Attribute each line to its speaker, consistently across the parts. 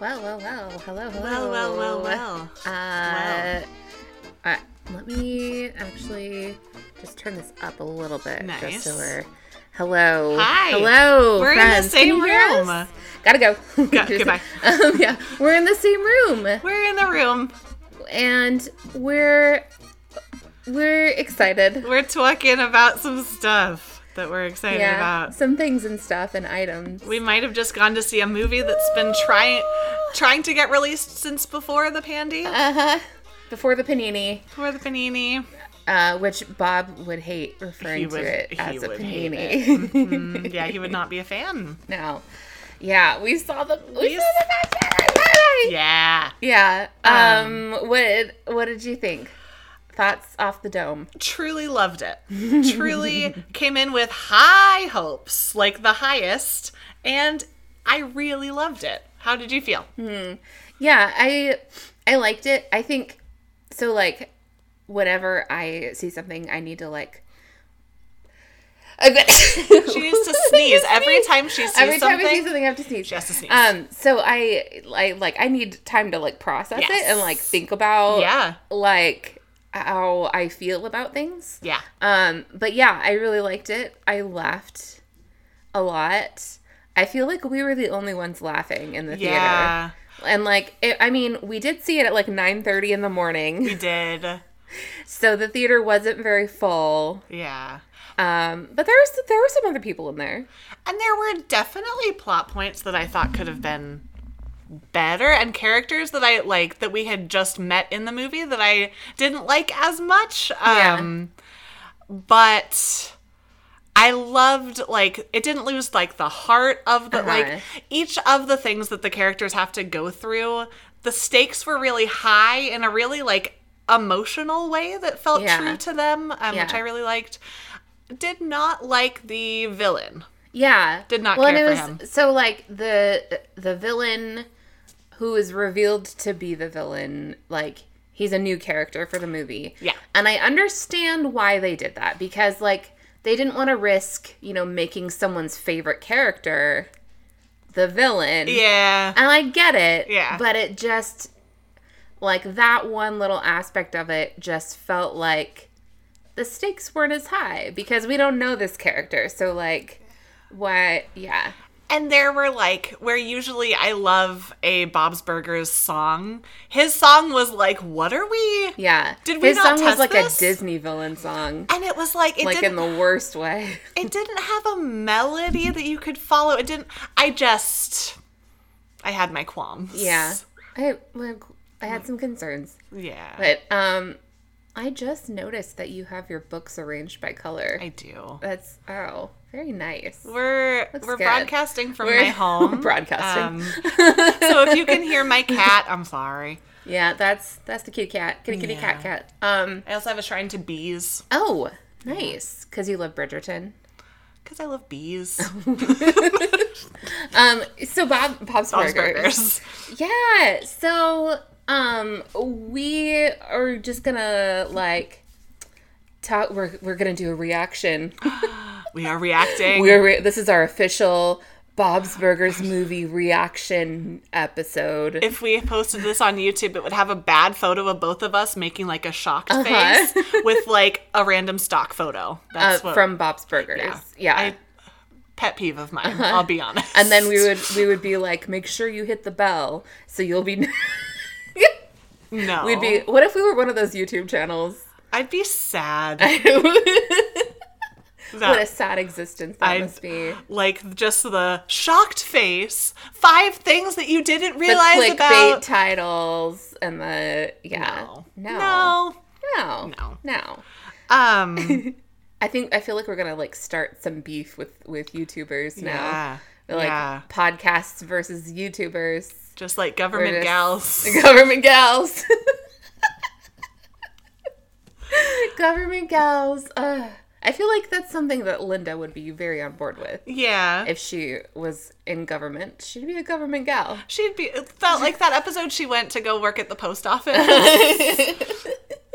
Speaker 1: well, well, well. Hello, hello.
Speaker 2: Well, well, well, well.
Speaker 1: Uh,
Speaker 2: Well.
Speaker 1: All right. Let me actually just turn this up a little bit, just so
Speaker 2: Nice.
Speaker 1: we're. Hello.
Speaker 2: Hi.
Speaker 1: Hello.
Speaker 2: We're in the
Speaker 1: friends. Can
Speaker 2: same
Speaker 1: you hear
Speaker 2: room.
Speaker 1: us? Gotta go.
Speaker 2: Go- goodbye.
Speaker 1: Um, yeah, we're in the same room,
Speaker 2: We're in the room.
Speaker 1: and we're we're excited.
Speaker 2: We're talking about some stuff that we're excited
Speaker 1: yeah,
Speaker 2: about.
Speaker 1: some things and stuff and items.
Speaker 2: We might have just gone to see a movie that's been trying trying to get released since before the pandy,
Speaker 1: Uh huh. Before the panini.
Speaker 2: before the panini.
Speaker 1: uh, which Bob would hate referring
Speaker 2: He
Speaker 1: to
Speaker 2: would-
Speaker 1: it
Speaker 2: he
Speaker 1: as a
Speaker 2: would hate
Speaker 1: panini.
Speaker 2: Mm, yeah, he would not be a fan.
Speaker 1: no, yeah, we saw the we
Speaker 2: We
Speaker 1: saw the magic.
Speaker 2: Yeah.
Speaker 1: Yeah. Um. What What did you think? Thoughts off the dome.
Speaker 2: Truly loved it. Truly came in with high hopes, like the highest, and I really loved it. How did you feel?
Speaker 1: Yeah, I I liked it. I think so. Like, whenever I see something, I need to like.
Speaker 2: She needs to sneeze every time she sees
Speaker 1: Every time
Speaker 2: something.
Speaker 1: I see something, I have to sneeze.
Speaker 2: She has to sneeze.
Speaker 1: Um, so I, I like I need time to like process
Speaker 2: Yes.
Speaker 1: it and like think about
Speaker 2: Yeah.
Speaker 1: like how I feel about things.
Speaker 2: yeah.
Speaker 1: Um, but yeah, I really liked it. I laughed a lot. I feel like we were the only ones laughing in the
Speaker 2: Yeah.
Speaker 1: theater. And like, it, I mean, we did see it at like nine thirty in the morning,
Speaker 2: We did.
Speaker 1: so the theater wasn't very full.
Speaker 2: Yeah.
Speaker 1: Um, but there was there were some other people in there.
Speaker 2: And there were definitely plot points that I thought could have been better and characters that I like that we had just met in the movie that I didn't like as much.
Speaker 1: Yeah.
Speaker 2: Um but I loved like it didn't lose like the heart of the
Speaker 1: Uh-huh.
Speaker 2: like each of the things that the characters have to go through, the stakes were really high in a really like emotional way that felt
Speaker 1: Yeah.
Speaker 2: true to them, um, which
Speaker 1: Yeah.
Speaker 2: I really liked. Did not like the villain.
Speaker 1: Yeah,
Speaker 2: Did not
Speaker 1: well,
Speaker 2: care
Speaker 1: and it
Speaker 2: for
Speaker 1: was, So like the the villain who is revealed to be the villain, like he's a new character for the movie.
Speaker 2: Yeah.
Speaker 1: and I understand why they did that because like they didn't want to risk you know making someone's favorite character the villain.
Speaker 2: Yeah.
Speaker 1: and I get it.
Speaker 2: Yeah.
Speaker 1: but it just like that one little aspect of it just felt like the stakes weren't as high because we don't know this character. So like what yeah.
Speaker 2: And there were like where usually I love a Bob's Burgers song. His song was like, "What are we?"
Speaker 1: Yeah.
Speaker 2: Did we
Speaker 1: His
Speaker 2: not
Speaker 1: song was
Speaker 2: test
Speaker 1: like
Speaker 2: this?
Speaker 1: a Disney villain song.
Speaker 2: And it was like it
Speaker 1: Like in
Speaker 2: didn't
Speaker 1: the worst way.
Speaker 2: it didn't have a melody that you could follow. It didn't. I just I had my qualms.
Speaker 1: Yeah. I like, I had some concerns.
Speaker 2: Yeah.
Speaker 1: But um I just noticed that you have your books arranged by color.
Speaker 2: I do.
Speaker 1: That's oh, very nice.
Speaker 2: We're we're
Speaker 1: good.
Speaker 2: broadcasting from
Speaker 1: We're
Speaker 2: my home. Um,
Speaker 1: broadcasting.
Speaker 2: so if you can hear my cat, I'm sorry.
Speaker 1: Yeah, that's that's the kitty cat. Kitty kitty cat cat. Um
Speaker 2: I also have a shrine to bees
Speaker 1: oh, nice. Cuz you love Bridgerton.
Speaker 2: because I love bees.
Speaker 1: Um so Bob Bob's,
Speaker 2: Bob's
Speaker 1: Burgers.
Speaker 2: Burgers.
Speaker 1: Yeah. So, um, we are just gonna like talk. We're we're gonna do a reaction.
Speaker 2: We are reacting.
Speaker 1: We're re- this is our official Bob's Burgers movie reaction episode.
Speaker 2: if we posted this on YouTube, it would have a bad photo of both of us making like a shocked face with like a random stock photo.
Speaker 1: Uh-huh. uh,
Speaker 2: That's what
Speaker 1: from Bob's Burgers. Yeah.
Speaker 2: I- pet peeve of mine. I'll be honest.
Speaker 1: Uh-huh. and then we would we would be like, make sure you hit the bell so you'll be.
Speaker 2: no,
Speaker 1: We'd be. What if we were one of those YouTube channels?
Speaker 2: I'd be sad.
Speaker 1: what a
Speaker 2: that,
Speaker 1: sad existence that
Speaker 2: I'd-
Speaker 1: must be.
Speaker 2: like just the shocked face. Five things that you didn't
Speaker 1: The
Speaker 2: realize
Speaker 1: clickbait
Speaker 2: about.
Speaker 1: titles and the yeah.
Speaker 2: no.
Speaker 1: No.
Speaker 2: no,
Speaker 1: No.
Speaker 2: No.
Speaker 1: No.
Speaker 2: Um,
Speaker 1: I think I feel like we're gonna like start some beef with with YouTubers now.
Speaker 2: yeah,
Speaker 1: They're Like
Speaker 2: yeah.
Speaker 1: podcasts versus YouTubers,
Speaker 2: Just like government
Speaker 1: just-
Speaker 2: gals.
Speaker 1: government gals, government gals. Ugh. I feel like that's something that Linda would be very on board with
Speaker 2: Yeah.
Speaker 1: if she was in government. She'd be a government gal.
Speaker 2: She'd be it felt like that episode she went to go work at the post office.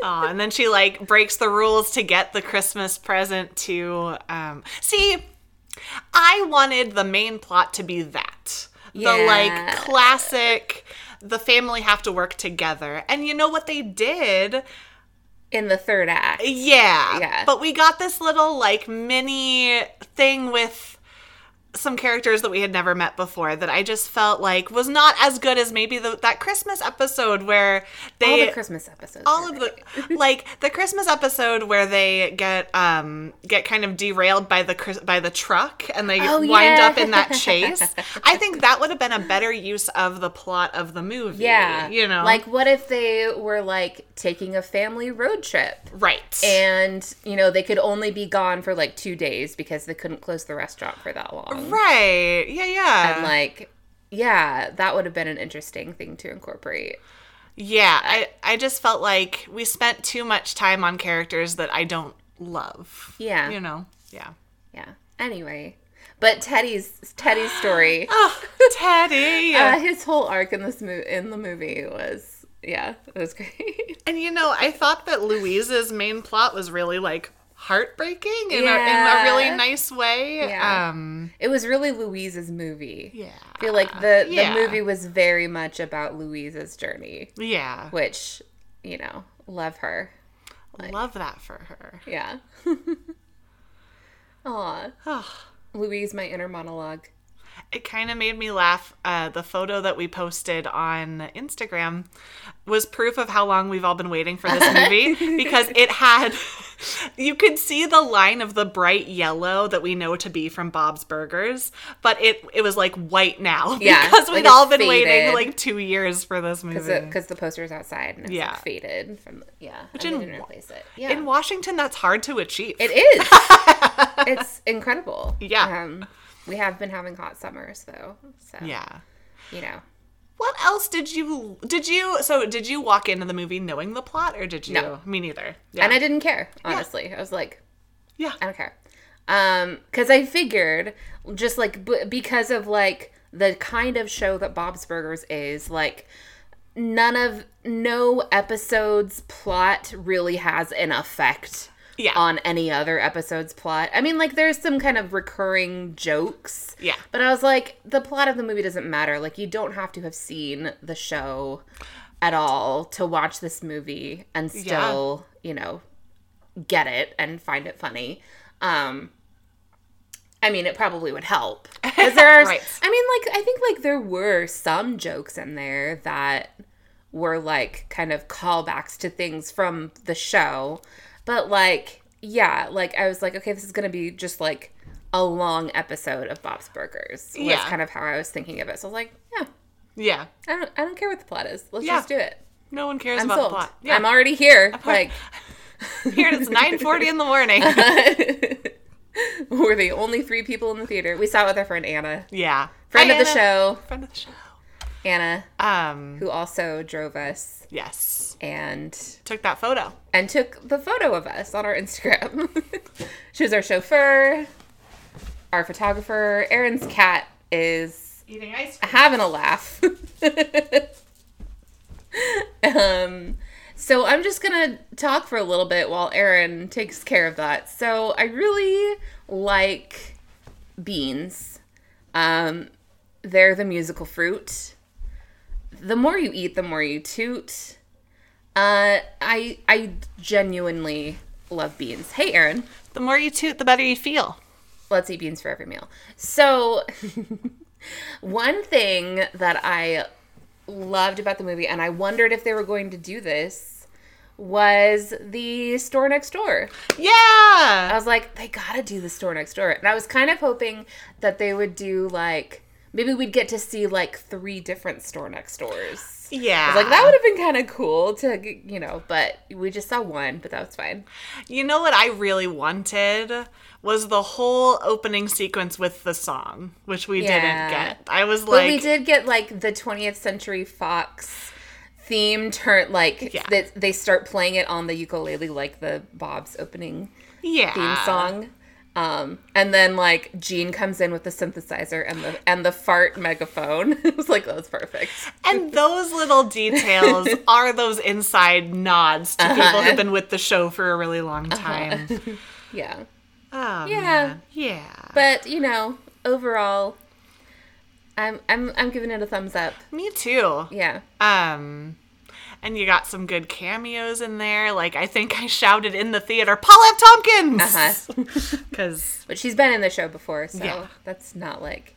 Speaker 2: Aw, and then she like breaks the rules to get the Christmas present to um see I wanted the main plot to be that. the like
Speaker 1: Yeah.
Speaker 2: classic the family have to work together. And you know what they did?
Speaker 1: in the third act.
Speaker 2: Yeah.
Speaker 1: Yeah.
Speaker 2: But we got this little like mini thing with some characters that we had never met before that I just felt like was not as good as maybe the, that Christmas episode where
Speaker 1: All
Speaker 2: they
Speaker 1: the Christmas episodes.
Speaker 2: all
Speaker 1: were
Speaker 2: of the like the Christmas episode where they get um get kind of derailed by the Chris- by the truck and they
Speaker 1: Oh,
Speaker 2: wind
Speaker 1: yeah.
Speaker 2: up in that chase. I think that would have been a better use of the plot of the movie.
Speaker 1: Yeah.
Speaker 2: you know,
Speaker 1: Like, what if they were like taking a family road trip
Speaker 2: right.
Speaker 1: and, you know, they could only be gone for like two days because they couldn't close the restaurant for that long?
Speaker 2: Right. Yeah, yeah.
Speaker 1: And, like, yeah, that would have been an interesting thing to incorporate.
Speaker 2: yeah, I, I just felt like we spent too much time on characters that I don't love.
Speaker 1: Yeah.
Speaker 2: You know? Yeah.
Speaker 1: Yeah. Anyway, but Teddy's Teddy's story,
Speaker 2: Oh, Teddy.
Speaker 1: uh, his whole arc in this mo- in the movie was, yeah, it was great.
Speaker 2: And you know, I thought that Louise's main plot was really like heartbreaking in, a, in a
Speaker 1: Yeah.
Speaker 2: really nice way.
Speaker 1: Yeah.
Speaker 2: Um,
Speaker 1: it was really Louise's movie.
Speaker 2: yeah.
Speaker 1: I feel like the, the
Speaker 2: Yeah.
Speaker 1: movie was very much about Louise's journey,
Speaker 2: Yeah.
Speaker 1: which, you know, love her.
Speaker 2: Love that for her.
Speaker 1: Yeah. Aw.
Speaker 2: Oh,
Speaker 1: Louise, my inner monologue.
Speaker 2: it kind of made me laugh. Uh, the photo that we posted on Instagram was proof of how long we've all been waiting for this movie because it had. You could see the line of the bright yellow that we know to be from Bob's Burgers, but it it was like white now
Speaker 1: Yeah,
Speaker 2: because
Speaker 1: like
Speaker 2: we'd
Speaker 1: it's
Speaker 2: all been waiting
Speaker 1: faded.
Speaker 2: like two years for this movie.
Speaker 1: Because the poster's outside and it's
Speaker 2: Mm-hmm. Yeah.
Speaker 1: like faded from, yeah. Which
Speaker 2: in
Speaker 1: and they didn't
Speaker 2: wa-
Speaker 1: replace it. Yeah.
Speaker 2: In Washington, that's hard to achieve.
Speaker 1: it is. it's incredible.
Speaker 2: Yeah.
Speaker 1: Um, we have been having hot summers, though. So,
Speaker 2: yeah.
Speaker 1: you know.
Speaker 2: What else did you did you so did you walk into the movie knowing the plot or did you
Speaker 1: No.
Speaker 2: me neither? Yeah.
Speaker 1: And I didn't care, honestly. I was like,
Speaker 2: yeah.
Speaker 1: I don't care. Um, because I figured just like b- because of like the kind of show that Bob's Burgers is, like none of no episode's plot really has an effect
Speaker 2: Yeah.
Speaker 1: on any other episode's plot. I mean, like there's some kind of recurring jokes.
Speaker 2: Yeah.
Speaker 1: But I was like, the plot of the movie doesn't matter. Like you don't have to have seen the show at all to watch this movie and still, you know, get it and find it funny. Um I mean, it probably would help. 'Cause there are,
Speaker 2: Right.
Speaker 1: I mean, like I think like there were some jokes in there that were like kind of callbacks to things from the show. But like, yeah, like I was like, okay, this is gonna be just like a long episode of Bob's Burgers. Was
Speaker 2: Yeah.
Speaker 1: kind of how I was thinking of it. So I was like, yeah,
Speaker 2: Yeah.
Speaker 1: I don't, I don't care what the plot is. Let's
Speaker 2: Yeah.
Speaker 1: just do it.
Speaker 2: No one cares
Speaker 1: I'm
Speaker 2: about the
Speaker 1: sold.
Speaker 2: plot. Yeah.
Speaker 1: I'm already here. Like,
Speaker 2: here and it's 9:40 in the morning.
Speaker 1: we're the only three people in the theater. We saw it with our friend Anna,
Speaker 2: yeah.
Speaker 1: friend
Speaker 2: Hi,
Speaker 1: of the
Speaker 2: Anna.
Speaker 1: show,
Speaker 2: Friend of the show.
Speaker 1: Anna,
Speaker 2: Um
Speaker 1: who also drove us
Speaker 2: yes.
Speaker 1: and
Speaker 2: Took that photo.
Speaker 1: and took the photo of us on our Instagram. she was our chauffeur, our photographer. Aaron's cat is
Speaker 2: Eating ice cream.
Speaker 1: having a laugh. um, so I'm just gonna talk for a little bit while Aaron takes care of that. So I really like beans. Um, they're the musical fruit. The more you eat, the more you toot. Uh, I I genuinely love beans. Hey, Aaron
Speaker 2: The more you toot, the better you feel.
Speaker 1: let's eat beans for every meal. So, one thing that I loved about the movie, and I wondered if they were going to do this, was the store next door. I
Speaker 2: Yeah.
Speaker 1: was like, they gotta do the store next door. And I was kind of hoping that they would do like, maybe we'd get to see like three different store next doors.
Speaker 2: yeah.
Speaker 1: Like, that would have been kind of cool to, you know, but we just saw one, but that was fine.
Speaker 2: You know what I really wanted was the whole opening sequence with the song, which we
Speaker 1: Yeah.
Speaker 2: didn't get. I was
Speaker 1: But
Speaker 2: like,
Speaker 1: we did get like the 20th Century Fox theme turn, like
Speaker 2: Yeah.
Speaker 1: that they start playing it on the ukulele, like the Bob's opening
Speaker 2: yeah,
Speaker 1: theme song. Um, and then like Gene comes in with the synthesizer and the and the fart megaphone. it was like that was perfect.
Speaker 2: And those little details are those inside nods to people
Speaker 1: Uh-huh.
Speaker 2: who've been with the show for a really long time.
Speaker 1: Yeah,
Speaker 2: Oh,
Speaker 1: Uh-huh. yeah.
Speaker 2: man. yeah.
Speaker 1: But you know, overall, I'm I'm I'm giving it a thumbs up.
Speaker 2: Me too.
Speaker 1: Yeah.
Speaker 2: Um, and you got some good cameos in there. Like I think I shouted in the theater, Paul F.
Speaker 1: Uh-huh.
Speaker 2: Tompkins, because
Speaker 1: But she's been in the show before, so
Speaker 2: Yeah.
Speaker 1: that's not like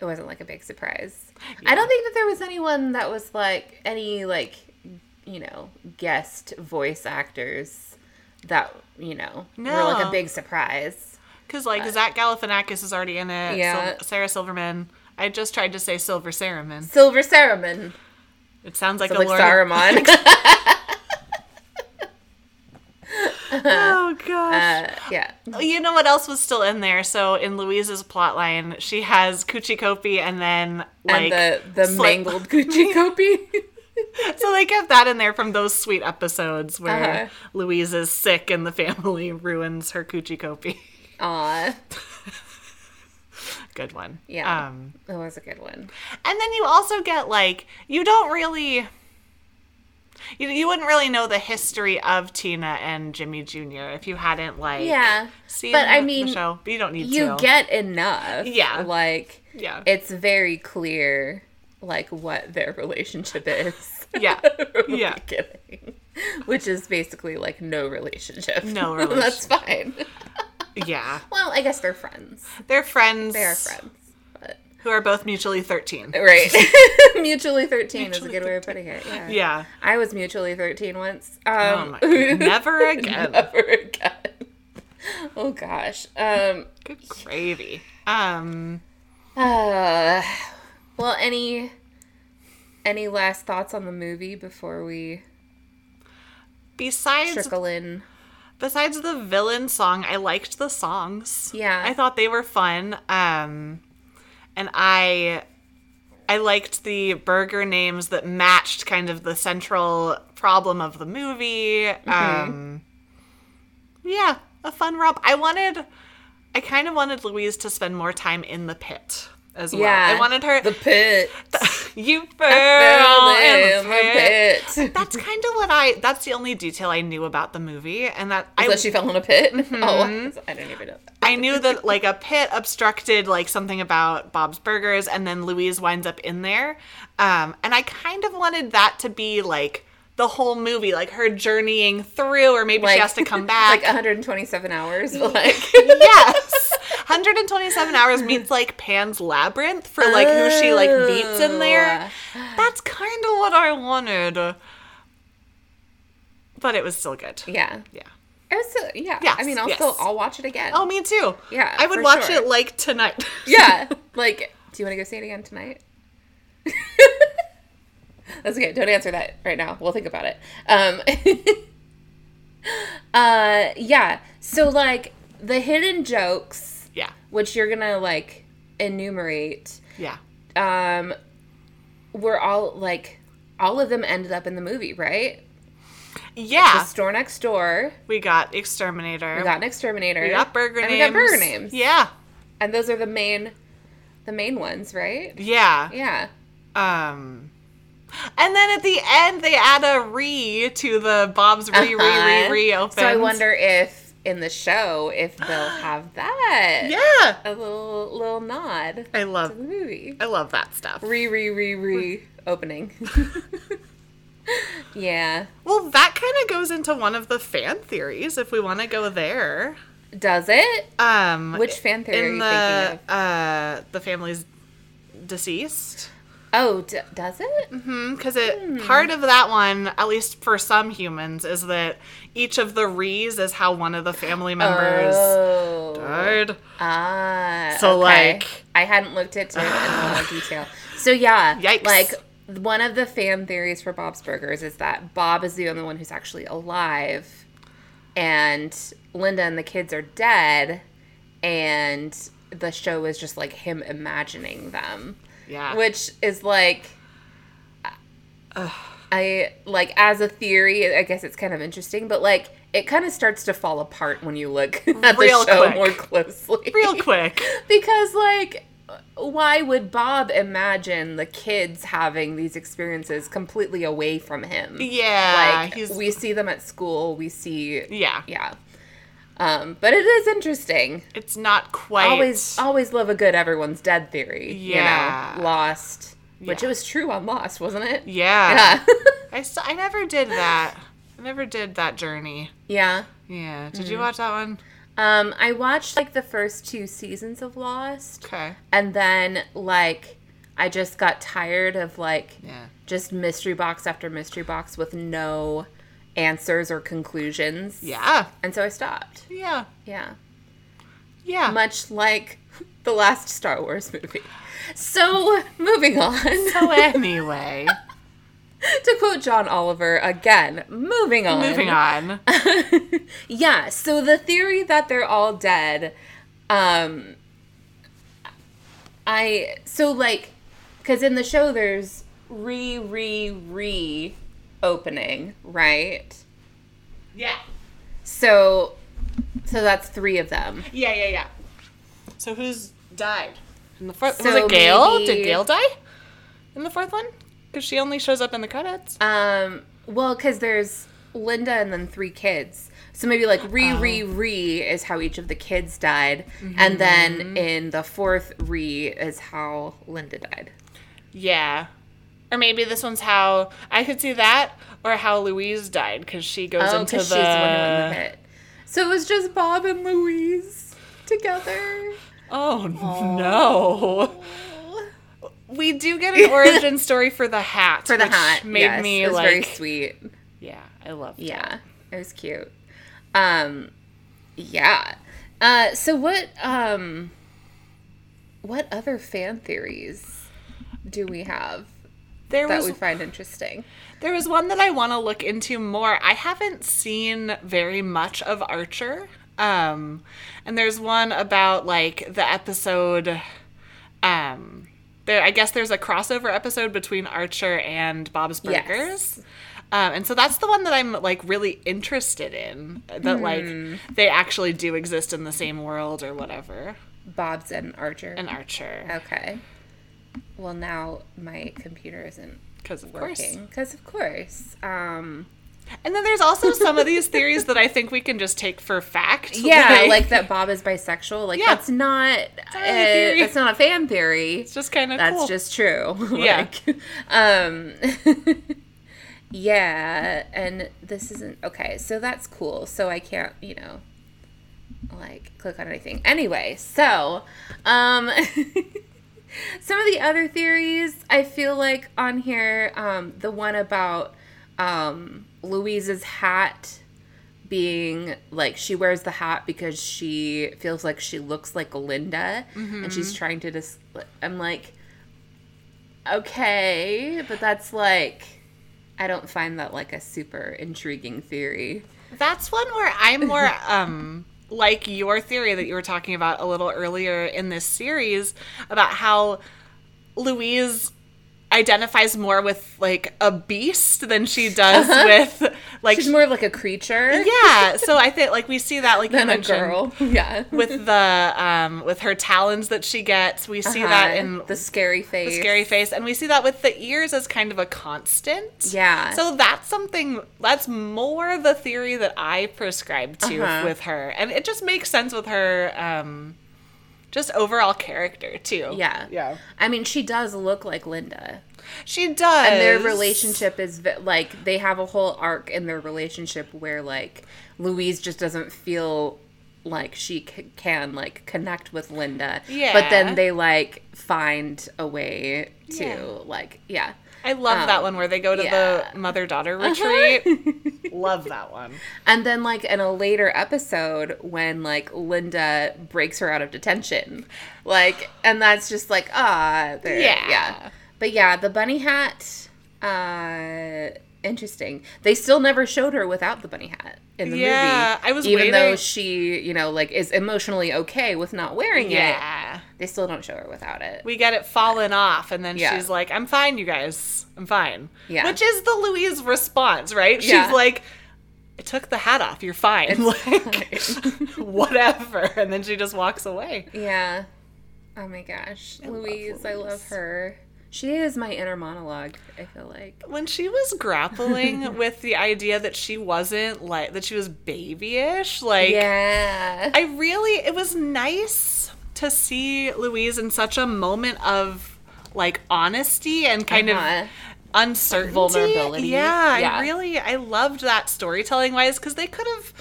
Speaker 1: it wasn't like a big surprise. I don't think that there was anyone that was like any like you know guest voice actors that you know were like a
Speaker 2: No.
Speaker 1: big surprise.
Speaker 2: because like Zach Galifianakis is already in it.
Speaker 1: Uh, Yeah.
Speaker 2: Sil- Sarah Silverman. I just tried to say Silver Saruman.
Speaker 1: Silver Saruman,
Speaker 2: It sounds like
Speaker 1: so
Speaker 2: a
Speaker 1: like
Speaker 2: Lord.
Speaker 1: Saruman.
Speaker 2: oh
Speaker 1: uh,
Speaker 2: gosh.
Speaker 1: yeah,
Speaker 2: you know what else was still in there? So in Louise's plotline, she has Coochie Copy and then like
Speaker 1: and the the
Speaker 2: sli-
Speaker 1: mangled Gucci copy.
Speaker 2: so they kept that in there from those sweet episodes where
Speaker 1: Uh-huh.
Speaker 2: Louise is sick and the family ruins her Coochie Copy.
Speaker 1: Aw,
Speaker 2: Good one.
Speaker 1: Yeah.
Speaker 2: Um,
Speaker 1: that was a good one.
Speaker 2: and then you also get like you don't really. You, you wouldn't really know the history of Tina and Jimmy Jr. if you hadn't like
Speaker 1: Yeah,
Speaker 2: seen
Speaker 1: but I
Speaker 2: the
Speaker 1: mean,
Speaker 2: show. But you don't need
Speaker 1: you
Speaker 2: to.
Speaker 1: get enough.
Speaker 2: Yeah.
Speaker 1: Like
Speaker 2: Yeah.
Speaker 1: it's very clear like what their relationship is.
Speaker 2: Yeah.
Speaker 1: From the
Speaker 2: Yeah.
Speaker 1: beginning. Which is basically like no relationship.
Speaker 2: No
Speaker 1: That's fine.
Speaker 2: yeah.
Speaker 1: Well, I guess they're friends.
Speaker 2: They're friends.
Speaker 1: They are friends. But
Speaker 2: Who are both mutually 13.
Speaker 1: right. mutually thirteen is a
Speaker 2: Mutually
Speaker 1: good way of putting it. Yeah.
Speaker 2: Yeah.
Speaker 1: I was mutually thirteen once.
Speaker 2: Oh
Speaker 1: Um
Speaker 2: my Never again.
Speaker 1: never again. Oh gosh. Um
Speaker 2: Good gravy. Um,
Speaker 1: Uh, well, any any last thoughts on the movie before we
Speaker 2: besides
Speaker 1: trickle in?
Speaker 2: besides the villain song, I liked the songs.
Speaker 1: Yeah.
Speaker 2: I thought they were fun. Um, and I I liked the burger names that matched kind of the central problem of the movie. Um, yeah, a fun romp. I wanted I kind of wanted Louise to spend more time in the pit as well.
Speaker 1: Yeah.
Speaker 2: I wanted her
Speaker 1: The pit.
Speaker 2: you fell in the pit.
Speaker 1: pit.
Speaker 2: That's kind of what I. That's the only detail I knew about the movie, and that I Mm-hmm.
Speaker 1: So she fell in a pit. Oh, I don't even know. That.
Speaker 2: I knew that like a pit obstructed like something about Bob's Burgers, and then Louise winds up in there, um, and I kind of wanted that to be like the whole movie, like her journeying through, or maybe she has to come back.
Speaker 1: Like uh, 127 hours, but like
Speaker 2: yes. 127 hours meets like Pan's Labyrinth for like who she like beats in there.
Speaker 1: Oh.
Speaker 2: That's kind of what I wanted. But it was still good.
Speaker 1: yeah,
Speaker 2: Yeah.
Speaker 1: I was still, yeah.
Speaker 2: Yes,
Speaker 1: I mean, I'll
Speaker 2: yes.
Speaker 1: still I'll watch it again.
Speaker 2: Oh, me too.
Speaker 1: Yeah,
Speaker 2: I would
Speaker 1: for
Speaker 2: watch
Speaker 1: sure.
Speaker 2: it like tonight.
Speaker 1: yeah. Like, do you want to go see it again tonight? That's okay. Don't answer that right now. We'll think about it. Um, uh, yeah. So, like, the hidden jokes,
Speaker 2: yeah.
Speaker 1: which you're going to, like, enumerate,
Speaker 2: Yeah.
Speaker 1: um, were all, like, all of them ended up in the movie, right?
Speaker 2: Yeah.
Speaker 1: The store next door.
Speaker 2: We got Exterminator.
Speaker 1: We got an exterminator.
Speaker 2: we got burger
Speaker 1: and
Speaker 2: names.
Speaker 1: We got burger names.
Speaker 2: Yeah.
Speaker 1: And those are the main, the main ones, right?
Speaker 2: Yeah.
Speaker 1: Yeah.
Speaker 2: Um and then at the end they add a re to the Bob's re re re
Speaker 1: Uh-huh.
Speaker 2: re open.
Speaker 1: So I wonder if in the show if they'll have that.
Speaker 2: Yeah.
Speaker 1: A little little nod
Speaker 2: I
Speaker 1: to
Speaker 2: love
Speaker 1: the movie.
Speaker 2: I love that stuff.
Speaker 1: Re re re re opening. yeah.
Speaker 2: Well, that kind of goes into one of the fan theories if we want to go there.
Speaker 1: Does it?
Speaker 2: Um
Speaker 1: Which fan theory are
Speaker 2: in
Speaker 1: you
Speaker 2: the
Speaker 1: thinking of?
Speaker 2: uh the family's deceased?
Speaker 1: Oh, d- does it?
Speaker 2: Because Mm, it
Speaker 1: Hmm.
Speaker 2: part of that one, at least for some humans, is that each of the re's is how one of the family members
Speaker 1: Oh.
Speaker 2: died.
Speaker 1: Ah.
Speaker 2: So,
Speaker 1: okay.
Speaker 2: like-
Speaker 1: I hadn't looked into it in a lot of detail. So yeah,
Speaker 2: Yikes.
Speaker 1: like one of the fan theories for Bob's Burgers is that Bob is the only one who's actually alive, and Linda and the kids are dead, and the show is just like him imagining them,
Speaker 2: Yeah.
Speaker 1: which is like. I like as a theory. I guess it's kind of interesting, but like it kind of starts to fall apart when you look at
Speaker 2: Real
Speaker 1: the show
Speaker 2: quick.
Speaker 1: more closely.
Speaker 2: Real quick.
Speaker 1: Because, like, why would Bob imagine the kids having these experiences completely away from him?
Speaker 2: Yeah.
Speaker 1: Like,
Speaker 2: he's,
Speaker 1: we see them at school, we see.
Speaker 2: yeah.
Speaker 1: Yeah. Um, but it is interesting.
Speaker 2: It's not quite
Speaker 1: Always, always love a good everyone's dead theory.
Speaker 2: Yeah.
Speaker 1: You know, Lost, which
Speaker 2: Yeah.
Speaker 1: it was true on Lost, wasn't it?
Speaker 2: Yeah.
Speaker 1: Yeah.
Speaker 2: I st- I never did that. I never did that journey.
Speaker 1: yeah.
Speaker 2: Yeah. Did
Speaker 1: Hmm.
Speaker 2: you watch that one?
Speaker 1: Um, I watched like the first two seasons of Lost,
Speaker 2: Okay.
Speaker 1: and then like I just got tired of like
Speaker 2: Yeah.
Speaker 1: just mystery box after mystery box with no answers or conclusions.
Speaker 2: Yeah.
Speaker 1: And so I stopped.
Speaker 2: Yeah.
Speaker 1: Yeah.
Speaker 2: Yeah.
Speaker 1: Much like the last Star Wars movie. So, moving on.
Speaker 2: so anyway,
Speaker 1: to quote John Oliver again, moving on.
Speaker 2: moving on.
Speaker 1: yeah, so the theory that they're all dead, um, I, so like, because in the show there's re, re, re opening, right?
Speaker 2: Yeah.
Speaker 1: So, so that's three of them.
Speaker 2: Yeah. Yeah. Yeah. So who's died? In the fourth, was
Speaker 1: So
Speaker 2: it Gail?
Speaker 1: maybe-
Speaker 2: Did Gail die in the fourth one? Because she only shows up in the credits.
Speaker 1: Um, well, because there's Linda and then three kids. So maybe like re,
Speaker 2: Oh.
Speaker 1: re, re is how each of the kids died. And
Speaker 2: Mm-hmm.
Speaker 1: then in the fourth re is how Linda died.
Speaker 2: Yeah. Or maybe this one's how I could see that, or how Louise died because she goes
Speaker 1: Oh,
Speaker 2: into
Speaker 1: because
Speaker 2: the.
Speaker 1: she's the one who won the pit. So it was just Bob and Louise together.
Speaker 2: oh no! We do get an origin story for the hat.
Speaker 1: For the
Speaker 2: which
Speaker 1: hat.
Speaker 2: made
Speaker 1: yes,
Speaker 2: me
Speaker 1: it was
Speaker 2: like,
Speaker 1: very sweet.
Speaker 2: yeah, I love. Yeah.
Speaker 1: Yeah, it was cute. Um, yeah. Uh, so what? Um, what other fan theories do we have
Speaker 2: There
Speaker 1: that
Speaker 2: was
Speaker 1: we find interesting?
Speaker 2: there was one that I want to look into more. I haven't seen very much of Archer. Um, and there's one about like the episode. Um, there I guess there's a crossover episode between Archer and Bob's
Speaker 1: Yes.
Speaker 2: Burgers. Um, and so that's the one that I'm like really interested in. That
Speaker 1: Hmm.
Speaker 2: like they actually do exist in the same world or whatever.
Speaker 1: Bob's and Archer.
Speaker 2: An Archer,
Speaker 1: okay. Well, now my computer isn't
Speaker 2: because of course.
Speaker 1: working because, of course, um,
Speaker 2: And then there's also some of these theories that I think we can just take for fact.
Speaker 1: yeah, like that Bob is bisexual. Like
Speaker 2: Yeah.
Speaker 1: that's not
Speaker 2: not a
Speaker 1: a,
Speaker 2: theory.
Speaker 1: that's not a fan theory.
Speaker 2: It's just kind of
Speaker 1: That's
Speaker 2: cool.
Speaker 1: just true.
Speaker 2: Yeah.
Speaker 1: Like, um, yeah, and this isn't okay. So that's cool. So I can't, you know, like click on anything. Anyway, so um, some of the other theories I feel like on here, um, the one about um, Louise's hat being like she wears the hat because she feels like she looks like Linda and
Speaker 2: Mm-hmm.
Speaker 1: she's trying to dis I'm like okay but that's like I don't find that like a super intriguing theory
Speaker 2: That's one where I'm more um like your theory that you were talking about a little earlier in this series about how Louise identifies more with like a beast than she does with like
Speaker 1: she's more of like a creature
Speaker 2: yeah so I think like we see that like you
Speaker 1: than a
Speaker 2: mentioned,
Speaker 1: girl yeah
Speaker 2: with the um with her talons that she gets we see that
Speaker 1: Uh,
Speaker 2: in
Speaker 1: the scary face
Speaker 2: the scary face and we see that with the ears as kind of a constant
Speaker 1: Yeah.
Speaker 2: so that's something that's more the theory that i prescribe to
Speaker 1: Uh-huh.
Speaker 2: with her and it just makes sense with her um just overall character too
Speaker 1: yeah
Speaker 2: yeah
Speaker 1: I mean she does look like Linda
Speaker 2: she does
Speaker 1: and their relationship is ve- like they have a whole arc in their relationship where like Louise just doesn't feel like she c- can like connect with Linda. But
Speaker 2: Yeah.
Speaker 1: then they like find a way to
Speaker 2: Yeah.
Speaker 1: like yeah.
Speaker 2: i love that one where they go to
Speaker 1: Um, yeah. Uh-huh.
Speaker 2: the mother-daughter retreat love that one
Speaker 1: And then like in a later episode when like Linda breaks her out of detention. Like and that's just like ah there-
Speaker 2: Yeah.
Speaker 1: yeah. But yeah, the bunny hat uh interesting. They still never showed her without the bunny hat in the
Speaker 2: Yeah,
Speaker 1: movie.
Speaker 2: I was
Speaker 1: even though
Speaker 2: waiting-
Speaker 1: she, you know, like is emotionally okay with not wearing it.
Speaker 2: yeah
Speaker 1: They still don't show her without it.
Speaker 2: we get it fallen off and then
Speaker 1: Yeah.
Speaker 2: she's like i'm fine you guys i'm fine
Speaker 1: Yeah.
Speaker 2: which is the louise response right she's
Speaker 1: Yeah.
Speaker 2: like i took the hat off you're fine like whatever and then she just walks away
Speaker 1: yeah. Oh my gosh. Louise, I love her. She is my inner monologue, I feel like.
Speaker 2: when she was grappling with the idea that she wasn't like that she was babyish like
Speaker 1: yeah.
Speaker 2: i really it was nice to see louise in such a moment of like honesty and kind
Speaker 1: Uh-huh.
Speaker 2: of uncertainty
Speaker 1: Vulnerability.
Speaker 2: yeah,
Speaker 1: Yeah.
Speaker 2: i really i loved that storytelling wise because they could have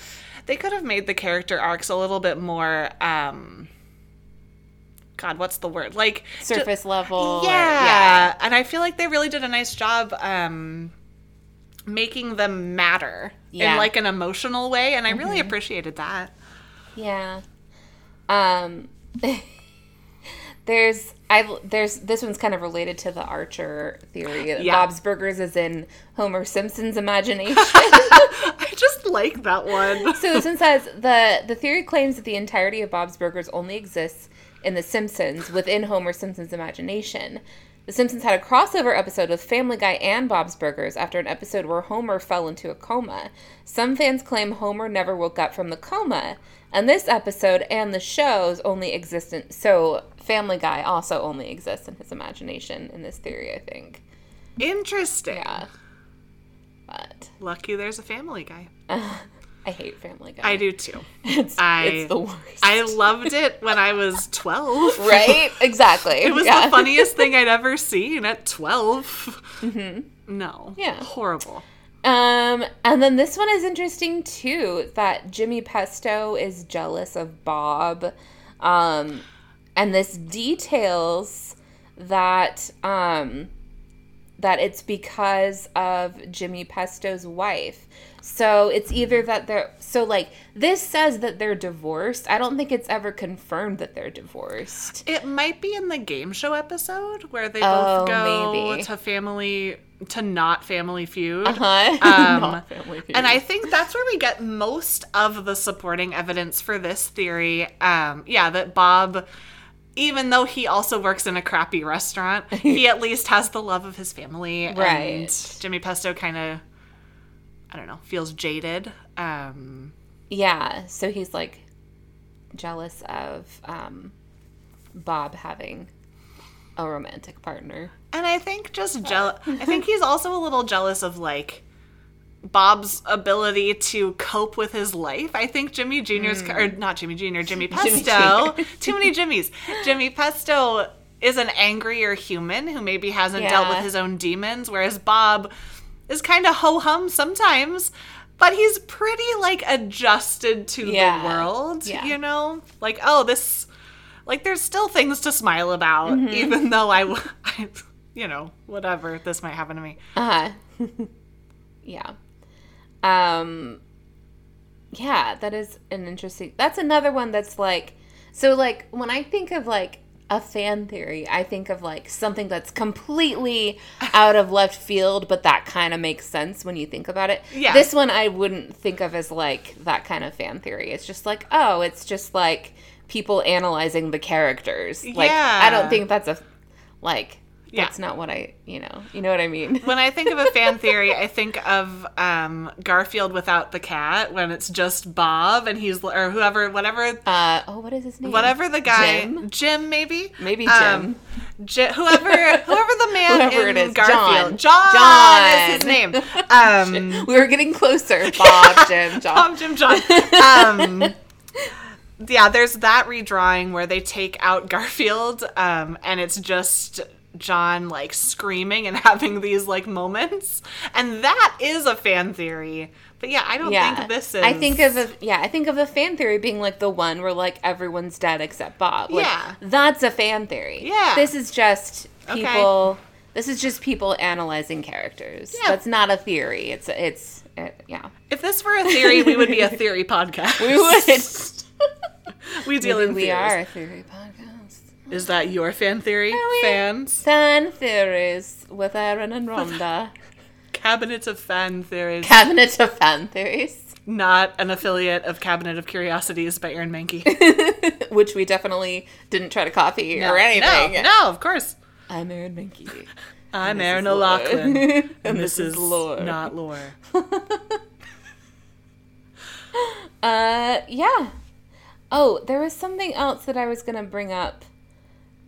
Speaker 2: they could have made the character arcs a little bit more um god what's the word like ju-
Speaker 1: Surface level. or-
Speaker 2: yeah. and I feel like they really did a nice job um, making them matter
Speaker 1: Yeah. Mm-hmm.
Speaker 2: in like an emotional way, and I really appreciated that.
Speaker 1: Yeah. Um there's I there's this one's kind of related to the Archer theory. that
Speaker 2: Yeah.
Speaker 1: Bob's Burgers is in Homer Simpson's imagination.
Speaker 2: I just like that one.
Speaker 1: so this one says the the theory claims that the entirety of Bob's Burgers only exists in The Simpsons within Homer Simpson's imagination. The Simpsons had a crossover episode with Family Guy and Bob's Burgers after an episode where Homer fell into a coma. Some fans claim Homer never woke up from the coma, and this episode and the show's only existent. So Family Guy also only exists in his imagination in this theory, I think.
Speaker 2: Interesting.
Speaker 1: Yeah, but
Speaker 2: Lucky there's a Family Guy.
Speaker 1: I hate Family Guy.
Speaker 2: I do too.
Speaker 1: It's,
Speaker 2: I-
Speaker 1: it's the worst.
Speaker 2: I loved it when I was twelve.
Speaker 1: right? Exactly.
Speaker 2: It was the funniest thing I'd ever seen at 12 No.
Speaker 1: Mm-hmm. Yeah.
Speaker 2: Horrible.
Speaker 1: Um, and then this one is interesting too. That Jimmy Pesto is jealous of Bob, um, and this details that um, that it's because of Jimmy Pesto's wife. So it's either that they're so like this says that they're divorced. I don't think it's ever confirmed that they're divorced.
Speaker 2: It might be in the game show episode where they
Speaker 1: Oh,
Speaker 2: both go
Speaker 1: maybe. Uh-huh.
Speaker 2: to family to not family feud.
Speaker 1: Huh?
Speaker 2: Um,
Speaker 1: Not Family Feud.
Speaker 2: And I think that's where we get most of the supporting evidence for this theory. Um, yeah, that Bob, even though he also works in a crappy restaurant, he at least has the love of his family.
Speaker 1: Right.
Speaker 2: And Jimmy Pesto kind of, I don't know, feels jaded. Um,
Speaker 1: Yeah, so he's like jealous of um, Bob having a romantic partner.
Speaker 2: and I think just jealous. I think he's also a little jealous of like. Bob's ability to cope with his life. I think Jimmy Jr.'s, or not Jimmy Jr., Jimmy Pesto, too many Jimmys. Jimmy Pesto is an angrier human who maybe hasn't dealt with
Speaker 1: Yeah.
Speaker 2: his own demons, whereas Bob is kind of ho hum sometimes, but he's pretty like adjusted to
Speaker 1: Yeah.
Speaker 2: the world,
Speaker 1: Yeah.
Speaker 2: you know? Like, oh, this, like, there's still things to smile about,
Speaker 1: Mm-hmm.
Speaker 2: even though I, w- I, you know, whatever, this might happen to me.
Speaker 1: Uh huh. yeah. Um, yeah, that is an interesting. That's another one that's like. So, like, when I think of like a fan theory, I think of like something that's completely out of left field, but that kind of makes sense when you think about it.
Speaker 2: Yeah.
Speaker 1: This one I wouldn't think of as like that kind of fan theory. It's just like, oh, it's just like people analyzing the characters. Like, I
Speaker 2: Yeah.
Speaker 1: don't think that's a. Like,
Speaker 2: Yeah.
Speaker 1: that's not what I, you know, you know what I mean.
Speaker 2: when I think of a fan theory, I think of um, Garfield without the cat when it's just Bob and he's or whoever, whatever,
Speaker 1: Uh, oh, what is his name?
Speaker 2: whatever the guy,
Speaker 1: Jim?
Speaker 2: maybe,
Speaker 1: Maybe
Speaker 2: Um, Ji- whoever, whoever the man
Speaker 1: Whoever
Speaker 2: in
Speaker 1: it is.
Speaker 2: Garfield,
Speaker 1: John.
Speaker 2: John, is his
Speaker 1: John.
Speaker 2: name. Um,
Speaker 1: we were getting closer. Bob, Jim, John.
Speaker 2: Tom, Jim, John. Um, yeah, there's that redrawing where they take out Garfield, um, and it's just John like screaming and having these like moments, and that is a fan theory. But yeah, I don't
Speaker 1: Yeah,
Speaker 2: think this is.
Speaker 1: I think of a, yeah, I think of a fan theory being like the one where like everyone's dead except Bob. Like,
Speaker 2: Yeah.
Speaker 1: that's a fan theory.
Speaker 2: Yeah.
Speaker 1: this is just
Speaker 2: Okay.
Speaker 1: people. This is just people analyzing characters.
Speaker 2: Yeah.
Speaker 1: that's not a theory. It's it's it, yeah.
Speaker 2: if this were a theory, we would be a theory podcast.
Speaker 1: We would.
Speaker 2: we deal in
Speaker 1: we
Speaker 2: theories.
Speaker 1: are a theory podcast.
Speaker 2: Is that your fan theory,
Speaker 1: we-
Speaker 2: fans?
Speaker 1: Fan theories with Aaron and Rhonda.
Speaker 2: Cabinet of fan theories,
Speaker 1: Cabinet of fan theories.
Speaker 2: not an affiliate of Cabinet of Curiosities by Aaron Mankey.
Speaker 1: which we definitely didn't try to copy
Speaker 2: No,
Speaker 1: or anything.
Speaker 2: No, no, of course.
Speaker 1: I'm Erin Minky.
Speaker 2: I'm
Speaker 1: this
Speaker 2: Erin
Speaker 1: is Lore.
Speaker 2: O'Loughlin. and,
Speaker 1: this is Lore.
Speaker 2: Not lore.
Speaker 1: uh, yeah. Oh, there was something else that I was gonna bring up,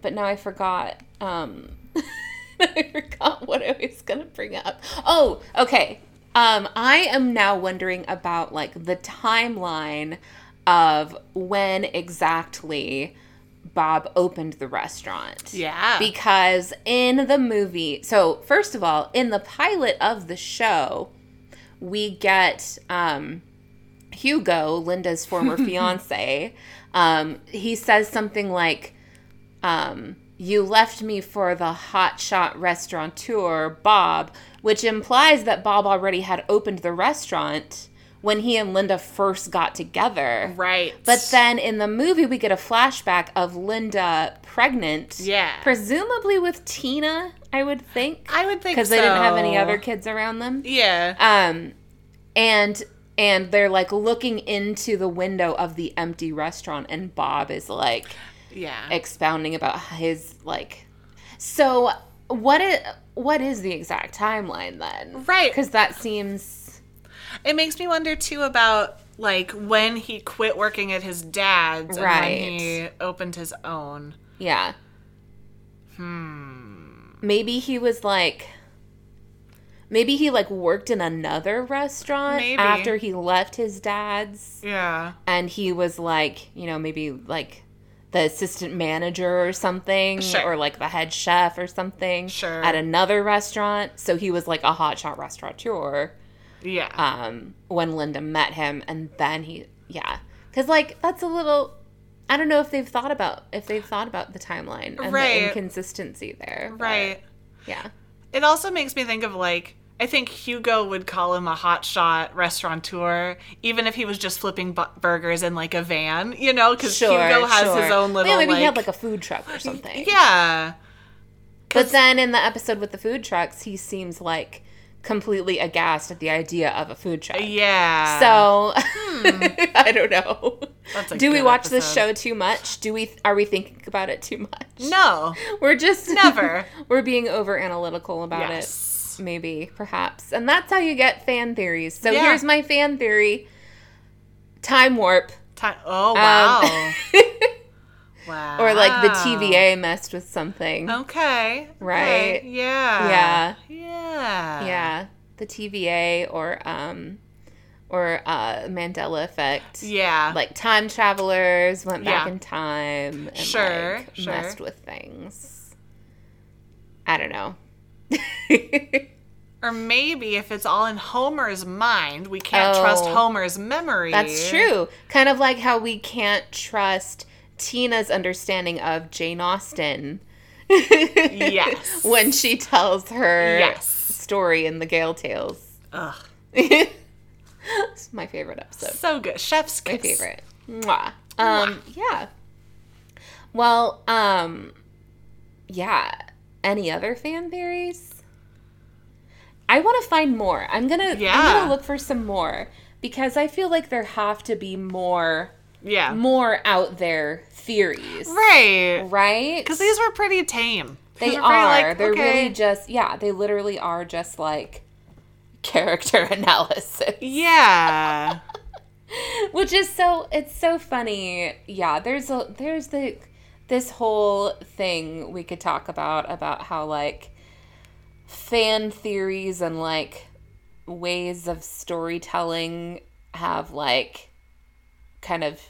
Speaker 1: but now I forgot. Um, I forgot what I was gonna bring up. Oh, okay. Um, I am now wondering about like the timeline of when exactly Bob opened the restaurant.
Speaker 2: Yeah.
Speaker 1: Because in the movie, so first of all, in the pilot of the show, we get um, Hugo, Linda's former fiance. Um, he says something like, um, "You left me for the hotshot restaurateur Bob," which implies that Bob already had opened the restaurant when he and Linda first got together.
Speaker 2: right.
Speaker 1: But then in the movie, we get a flashback of Linda pregnant.
Speaker 2: Yeah.
Speaker 1: Presumably with Tina, I would think.
Speaker 2: I would think
Speaker 1: Because they didn't have any
Speaker 2: so.
Speaker 1: other kids around them.
Speaker 2: Yeah.
Speaker 1: Um, and and they're like looking into the window of the empty restaurant, and Bob is like
Speaker 2: yeah.
Speaker 1: expounding about his like. So what is what is the exact timeline then?
Speaker 2: Right.
Speaker 1: Because that seems
Speaker 2: It makes me wonder too about like when he quit working at his dad's
Speaker 1: Right.
Speaker 2: and when he opened his own.
Speaker 1: Yeah. Hmm. Maybe he was like maybe he like worked in another restaurant
Speaker 2: Maybe.
Speaker 1: after he left his dad's
Speaker 2: Yeah.
Speaker 1: and he was like, you know, maybe like the assistant manager or something
Speaker 2: Sure.
Speaker 1: or like the head chef or something
Speaker 2: Sure.
Speaker 1: at another restaurant. So he was like a hotshot restaurateur
Speaker 2: Yeah.
Speaker 1: um, when Linda met him, and then he, yeah, because like that's a little. I don't know if they've thought about if they've thought about the timeline and
Speaker 2: Right.
Speaker 1: the inconsistency there. but,
Speaker 2: right.
Speaker 1: Yeah.
Speaker 2: It also makes me think of like I think Hugo would call him a hotshot restaurateur, even if he was just flipping bu- burgers in like a van, you know, because
Speaker 1: Sure.
Speaker 2: Hugo has
Speaker 1: sure.
Speaker 2: his own
Speaker 1: Well,
Speaker 2: little.
Speaker 1: Yeah, maybe
Speaker 2: like,
Speaker 1: he had like a food truck or something.
Speaker 2: yeah,
Speaker 1: But then in the episode with the food trucks, he seems like completely aghast at the idea of a food truck.
Speaker 2: yeah. Hmm.
Speaker 1: So I don't know.
Speaker 2: That's a
Speaker 1: Do we
Speaker 2: good
Speaker 1: watch this
Speaker 2: episode.
Speaker 1: show too much? Do we are we thinking about it too much?
Speaker 2: no,
Speaker 1: We're just
Speaker 2: Never.
Speaker 1: we're being over analytical about
Speaker 2: Yes.
Speaker 1: it. Maybe, perhaps. And that's how you get fan theories. So
Speaker 2: Yeah.
Speaker 1: here's my fan theory. Time warp.
Speaker 2: Ti- oh wow, wow,
Speaker 1: Um, Or like the
Speaker 2: Ah.
Speaker 1: TVA messed with something.
Speaker 2: Oh, Okay.
Speaker 1: Right.
Speaker 2: okay, Yeah.
Speaker 1: Yeah.
Speaker 2: Yeah.
Speaker 1: Yeah. The TVA or um or uh Mandela effect.
Speaker 2: Yeah.
Speaker 1: Like time travelers went back
Speaker 2: Yeah.
Speaker 1: in time and
Speaker 2: Sure,
Speaker 1: like,
Speaker 2: sure.
Speaker 1: messed with things. I don't know.
Speaker 2: or maybe if it's all in Homer's mind, we can't
Speaker 1: Oh.
Speaker 2: trust Homer's memory.
Speaker 1: That's true. Kind of like how we can't trust Tina's understanding of Jane Austen.
Speaker 2: Yes.
Speaker 1: when she tells her
Speaker 2: Yes.
Speaker 1: story in the Gale Tales.
Speaker 2: Ugh.
Speaker 1: it's my favorite episode.
Speaker 2: So good. Chef's
Speaker 1: My
Speaker 2: kiss.
Speaker 1: favorite. Mwah. Um, yeah. Well, um, yeah. Any other fan theories? I want to find more. I'm gonna. I'm
Speaker 2: Yeah.
Speaker 1: gonna look for some more because I feel like there have to be more
Speaker 2: Yeah.
Speaker 1: more out there theories,
Speaker 2: Right.
Speaker 1: right?
Speaker 2: Because these were pretty tame.
Speaker 1: they
Speaker 2: These were pretty,
Speaker 1: are.
Speaker 2: like,
Speaker 1: They're
Speaker 2: okay.
Speaker 1: really just yeah. They literally are just like character analysis.
Speaker 2: Yeah.
Speaker 1: which is so it's so funny yeah there's a there's the this whole thing we could talk about about how like fan theories and like ways of storytelling have like kind of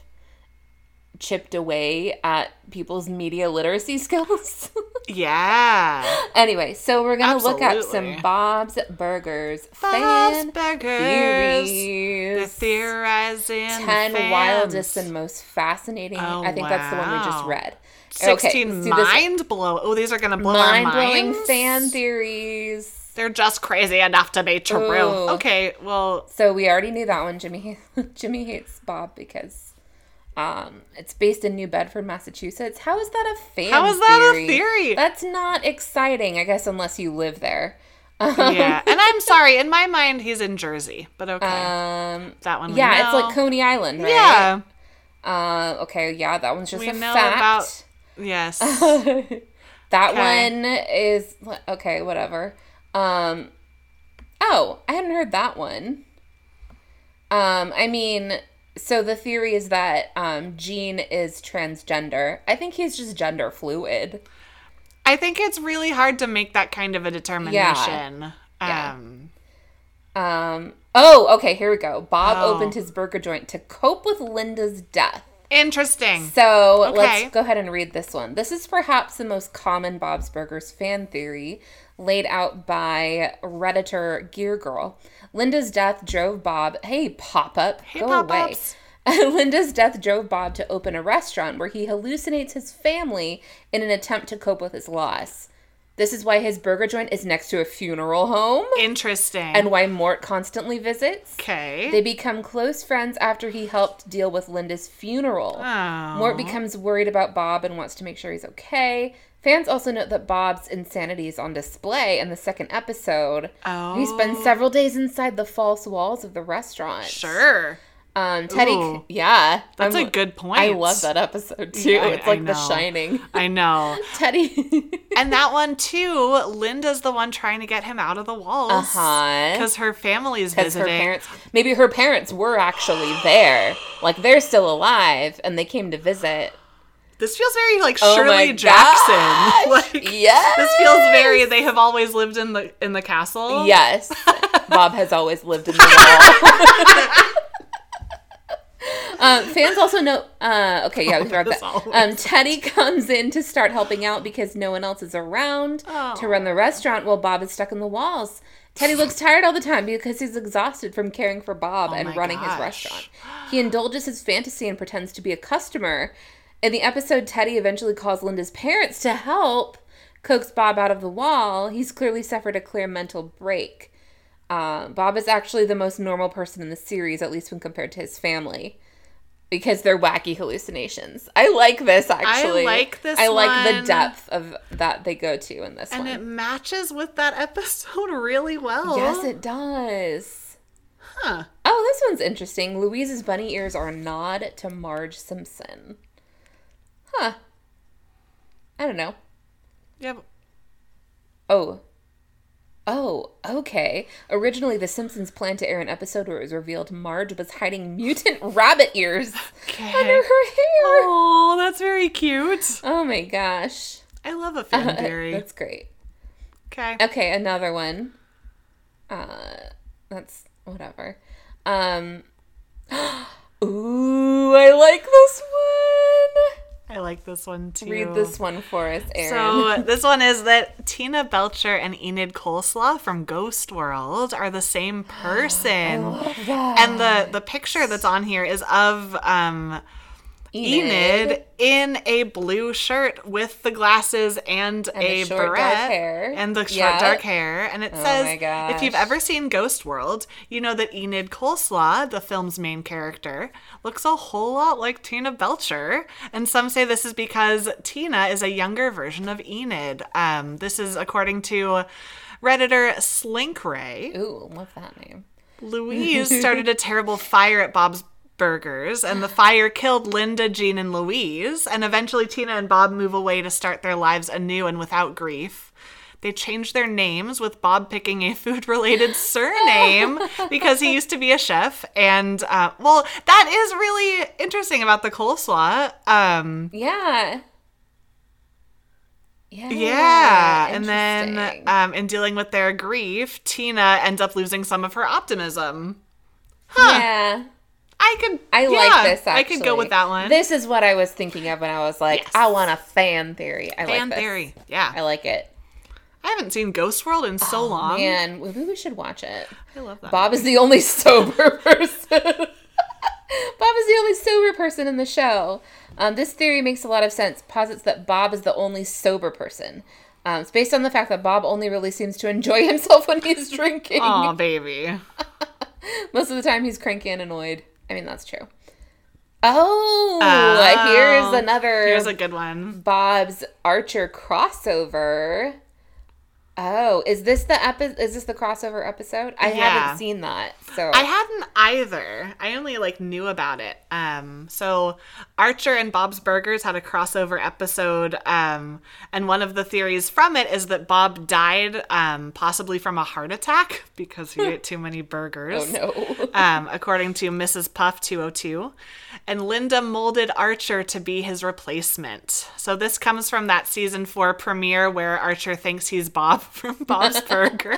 Speaker 1: chipped away at people's media literacy skills
Speaker 2: yeah.
Speaker 1: anyway so we're gonna look up some
Speaker 2: Absolutely.
Speaker 1: bob's burgers
Speaker 2: Bob's
Speaker 1: fan
Speaker 2: Burgers. The
Speaker 1: theories
Speaker 2: theorizing.
Speaker 1: 10
Speaker 2: fans.
Speaker 1: wildest and most fascinating.
Speaker 2: Oh,
Speaker 1: I think that's the one we just
Speaker 2: wow.
Speaker 1: read. Okay,
Speaker 2: 16
Speaker 1: let's do this.
Speaker 2: mind blow. Oh, these are going to blow
Speaker 1: mind
Speaker 2: our minds.
Speaker 1: blowing fan theories.
Speaker 2: They're just crazy enough to be true.
Speaker 1: Ooh.
Speaker 2: Okay, well,
Speaker 1: So we already knew that one. Jimmy Jimmy hates Bob because um, it's based in New Bedford, Massachusetts. How is that a fan?
Speaker 2: How is that a theory?
Speaker 1: That's not exciting, I guess, unless you live there. Um,
Speaker 2: yeah. and I'm sorry. In my mind, he's in Jersey, but okay.
Speaker 1: Um,
Speaker 2: that one. we
Speaker 1: yeah, it's
Speaker 2: know.
Speaker 1: like Coney Island, right?
Speaker 2: Yeah.
Speaker 1: Uh, okay, yeah, that one's just
Speaker 2: We
Speaker 1: a
Speaker 2: know
Speaker 1: fact.
Speaker 2: about. Yes.
Speaker 1: that
Speaker 2: Okay.
Speaker 1: one is okay, whatever. Um Oh, I hadn't heard that one. Um I mean, so the theory is that um Gene is transgender. I think he's just gender fluid.
Speaker 2: I think it's really hard to make that kind of a determination.
Speaker 1: Yeah.
Speaker 2: Um,
Speaker 1: Um. Oh, okay. Here we go. Bob
Speaker 2: Oh.
Speaker 1: opened his burger joint to cope with Linda's death.
Speaker 2: Interesting.
Speaker 1: So
Speaker 2: Okay.
Speaker 1: let's go ahead and read this one. This is perhaps the most common Bob's Burgers fan theory laid out by Redditor Gear Girl. Linda's death drove Bob, hey, pop up, go away.
Speaker 2: pop-ups.
Speaker 1: Linda's death drove Bob to open a restaurant where he hallucinates his family in an attempt to cope with his loss. This is why his burger joint is next to a funeral home
Speaker 2: Interesting.
Speaker 1: and why Mort constantly visits.
Speaker 2: okay.
Speaker 1: They become close friends after he helped deal with Linda's funeral.
Speaker 2: Oh.
Speaker 1: Mort becomes worried about Bob and wants to make sure he's okay. Fans also note that Bob's insanity is on display in the second episode.
Speaker 2: Oh.
Speaker 1: He spends several days inside the false walls of the restaurant.
Speaker 2: sure.
Speaker 1: Um, Teddy,
Speaker 2: Ooh.
Speaker 1: yeah.
Speaker 2: That's
Speaker 1: I'm-
Speaker 2: a good point.
Speaker 1: I love that episode too.
Speaker 2: Yeah, I-
Speaker 1: it's
Speaker 2: I
Speaker 1: like The
Speaker 2: know.
Speaker 1: Shining.
Speaker 2: I know.
Speaker 1: Teddy.
Speaker 2: And that one too, Linda's the one trying to get him out of the walls.
Speaker 1: Uh-huh.
Speaker 2: Because her family's
Speaker 1: Because her
Speaker 2: visiting.
Speaker 1: parents, maybe her parents were actually there. Like they're still alive and they came to visit.
Speaker 2: This feels very like
Speaker 1: Oh my
Speaker 2: Shirley Jackson.
Speaker 1: gosh!
Speaker 2: like
Speaker 1: Yes.
Speaker 2: this feels very they have always lived in the in the castle.
Speaker 1: Yes. Bob has always lived in the wall. Um, fans also know. Uh, okay, yeah, we forgot
Speaker 2: That's
Speaker 1: that.
Speaker 2: always-
Speaker 1: Um, Teddy comes in to start helping out because no one else is around
Speaker 2: Oh.
Speaker 1: to run the restaurant while Bob is stuck in the walls. Teddy looks tired all the time because he's exhausted from caring for Bob and
Speaker 2: Oh my
Speaker 1: running his
Speaker 2: gosh.
Speaker 1: restaurant. He indulges his fantasy and pretends to be a customer. In the episode, Teddy eventually calls Linda's parents to help coax Bob out of the wall. He's clearly suffered a clear mental break. Uh, Bob is actually the most normal person in the series, at least when compared to his family, because they're wacky hallucinations. I like this actually.
Speaker 2: like this
Speaker 1: I like
Speaker 2: one.
Speaker 1: the depth of that they go to in this
Speaker 2: And
Speaker 1: one.
Speaker 2: it matches with that episode really well.
Speaker 1: yes, it does.
Speaker 2: Huh.
Speaker 1: Oh, this one's interesting. Louise's bunny ears are a nod to Marge Simpson. Huh. I don't know.
Speaker 2: Yeah.
Speaker 1: Oh. Oh, okay. Originally, The Simpsons planned to air an episode where it was revealed Marge was hiding mutant rabbit ears under her hair.
Speaker 2: Okay.
Speaker 1: Oh,
Speaker 2: Oh, that's very cute.
Speaker 1: my gosh.
Speaker 2: I love a fan theory.
Speaker 1: That's great.
Speaker 2: Okay.
Speaker 1: Okay, another one. Uh, that's whatever. Um, ooh, I like this one.
Speaker 2: I like this one too.
Speaker 1: Read this one for us, Erin.
Speaker 2: So this one is that Tina Belcher and Enid Coleslaw from Ghost World are the same person. and the the picture that's on here is of um Enid, in a blue shirt with the glasses and, a
Speaker 1: the short, dark
Speaker 2: beret
Speaker 1: hair.
Speaker 2: and the short
Speaker 1: Yeah.
Speaker 2: dark hair and it
Speaker 1: my
Speaker 2: says
Speaker 1: gosh.
Speaker 2: if you've ever seen Ghost World you know that Enid Coleslaw the film's main character looks a whole lot like Tina Belcher and some say this is because Tina is a younger version of Enid um this is according to Redditor Slinkray
Speaker 1: Ooh, love that name.
Speaker 2: Louise started a terrible fire at Bob's Burgers, and the fire killed Linda, Jean, and Louise. And eventually, Tina and Bob move away to start their lives anew and without grief. They changed their names, with Bob picking a food related surname because he used to be a chef. And, uh, well, that is really interesting about the coleslaw. Um,
Speaker 1: Yeah. Yeah.
Speaker 2: yeah. And then,
Speaker 1: interesting.
Speaker 2: um, in dealing with their grief, Tina ends up losing some of her optimism.
Speaker 1: yeah.
Speaker 2: I could.
Speaker 1: I
Speaker 2: yeah,
Speaker 1: like this. Actually.
Speaker 2: I could go with that one.
Speaker 1: This is what I was thinking of when I was like,
Speaker 2: Yes.
Speaker 1: I want a fan theory. I
Speaker 2: fan
Speaker 1: like this.
Speaker 2: theory. Yeah,
Speaker 1: I like it.
Speaker 2: I haven't seen Ghost World in so long.
Speaker 1: Man, maybe we should watch it.
Speaker 2: Um, I love that.
Speaker 1: Bob is the only sober person. Bob is the only sober person in the show. Um, this theory makes a lot of sense. Posits that Bob is the only sober person. Um, it's based on the fact that Bob only really seems to enjoy himself when he's drinking.
Speaker 2: Oh baby,
Speaker 1: Most of the time, he's cranky and annoyed. I mean, that's true. Oh,
Speaker 2: Oh,
Speaker 1: here's another
Speaker 2: here's a good one.
Speaker 1: Bob's Archer crossover. Oh, is this the epi- Is this the crossover episode? I
Speaker 2: Yeah.
Speaker 1: haven't seen that. So
Speaker 2: I hadn't either. I only like knew about it. Um, so Archer and Bob's Burgers had a crossover episode, um, and one of the theories from it is that Bob died, um, possibly from a heart attack because he ate too many burgers.
Speaker 1: oh no.
Speaker 2: um, according to Mrs. Puff 202. And Linda molded Archer to be his replacement. So this comes from that season four premiere where Archer thinks he's Bob from Bob's Burgers.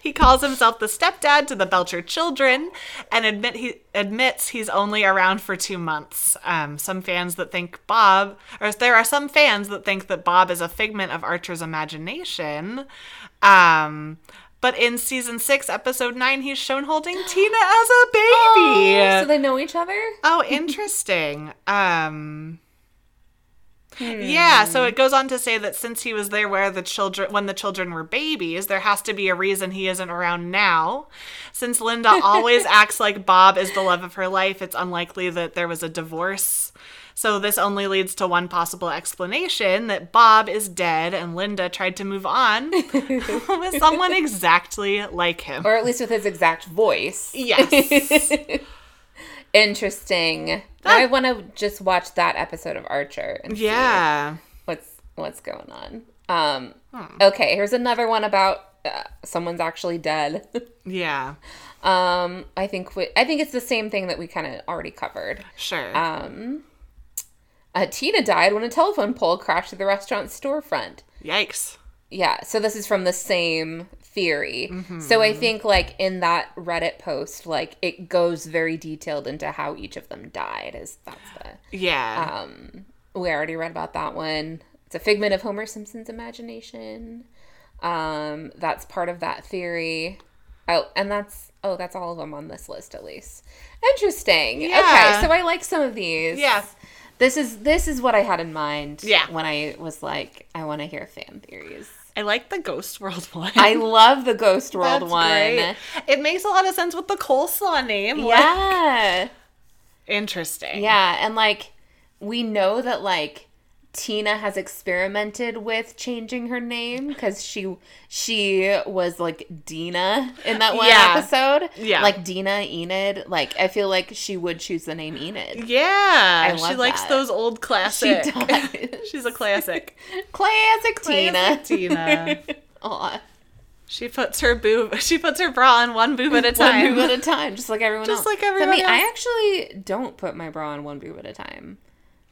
Speaker 2: he calls himself the stepdad to the Belcher children and admit he admits he's only around for two months. Um, some fans that think Bob, or there are some fans that think that Bob is a figment of Archer's imagination. Um, but in season six, episode nine, he's shown holding Tina as a baby.
Speaker 1: So they know each other.
Speaker 2: Oh, interesting. Um
Speaker 1: Hmm.
Speaker 2: Yeah, so it goes on to say that since he was there where the children when the children were babies, there has to be a reason he isn't around now. Since Linda always acts like Bob is the love of her life, it's unlikely that there was a divorce. So this only leads to one possible explanation that Bob is dead and Linda tried to move on with someone exactly like him.
Speaker 1: or at least with his exact voice.
Speaker 2: Yes.
Speaker 1: Interesting. I want to just watch that episode of Archer and
Speaker 2: Yeah.
Speaker 1: see what's what's going on. Um,
Speaker 2: Hmm.
Speaker 1: Okay, here's another one about uh, someone's actually dead.
Speaker 2: Yeah.
Speaker 1: um, I think we, I think it's the same thing that we kind of already covered.
Speaker 2: Sure.
Speaker 1: Um, uh, Tina died when a telephone pole crashed through the restaurant storefront.
Speaker 2: Yikes.
Speaker 1: Yeah, so this is from the same theory.
Speaker 2: Mm-hmm.
Speaker 1: So I think like in that Reddit post, like it goes very detailed into how each of them died. Is that's the
Speaker 2: Yeah.
Speaker 1: um we already read about that one. It's a figment of Homer Simpson's imagination. Um, that's part of that theory. Oh, and that's oh, that's all of them on this list at least. Interesting.
Speaker 2: Yeah.
Speaker 1: Okay, so I like some of these.
Speaker 2: Yeah.
Speaker 1: This is this is what I had in mind.
Speaker 2: Yeah.
Speaker 1: When I was like, I want to hear fan theories.
Speaker 2: I like the Ghost World one.
Speaker 1: I love the Ghost World
Speaker 2: That's
Speaker 1: one.
Speaker 2: great. It makes a lot of sense with the coleslaw name. like-
Speaker 1: Yeah.
Speaker 2: Interesting.
Speaker 1: Yeah. And like, we know that like Tina has experimented with changing her name because she she was like Dina in that one
Speaker 2: Yeah.
Speaker 1: episode.
Speaker 2: Yeah.
Speaker 1: Like Dina Enid. Like, I feel like she would choose the name Enid.
Speaker 2: Yeah.
Speaker 1: I
Speaker 2: she
Speaker 1: love
Speaker 2: likes
Speaker 1: that.
Speaker 2: those old classic.
Speaker 1: She does.
Speaker 2: She's a classic.
Speaker 1: Classic, Tina.
Speaker 2: Classic Tina.
Speaker 1: Aw.
Speaker 2: She puts her boob she puts her bra on one boob at a
Speaker 1: One
Speaker 2: time.
Speaker 1: boob at a time, just like everyone
Speaker 2: Just
Speaker 1: else.
Speaker 2: like
Speaker 1: Except
Speaker 2: everyone
Speaker 1: me, I
Speaker 2: else.
Speaker 1: actually don't put my bra on one boob at a time.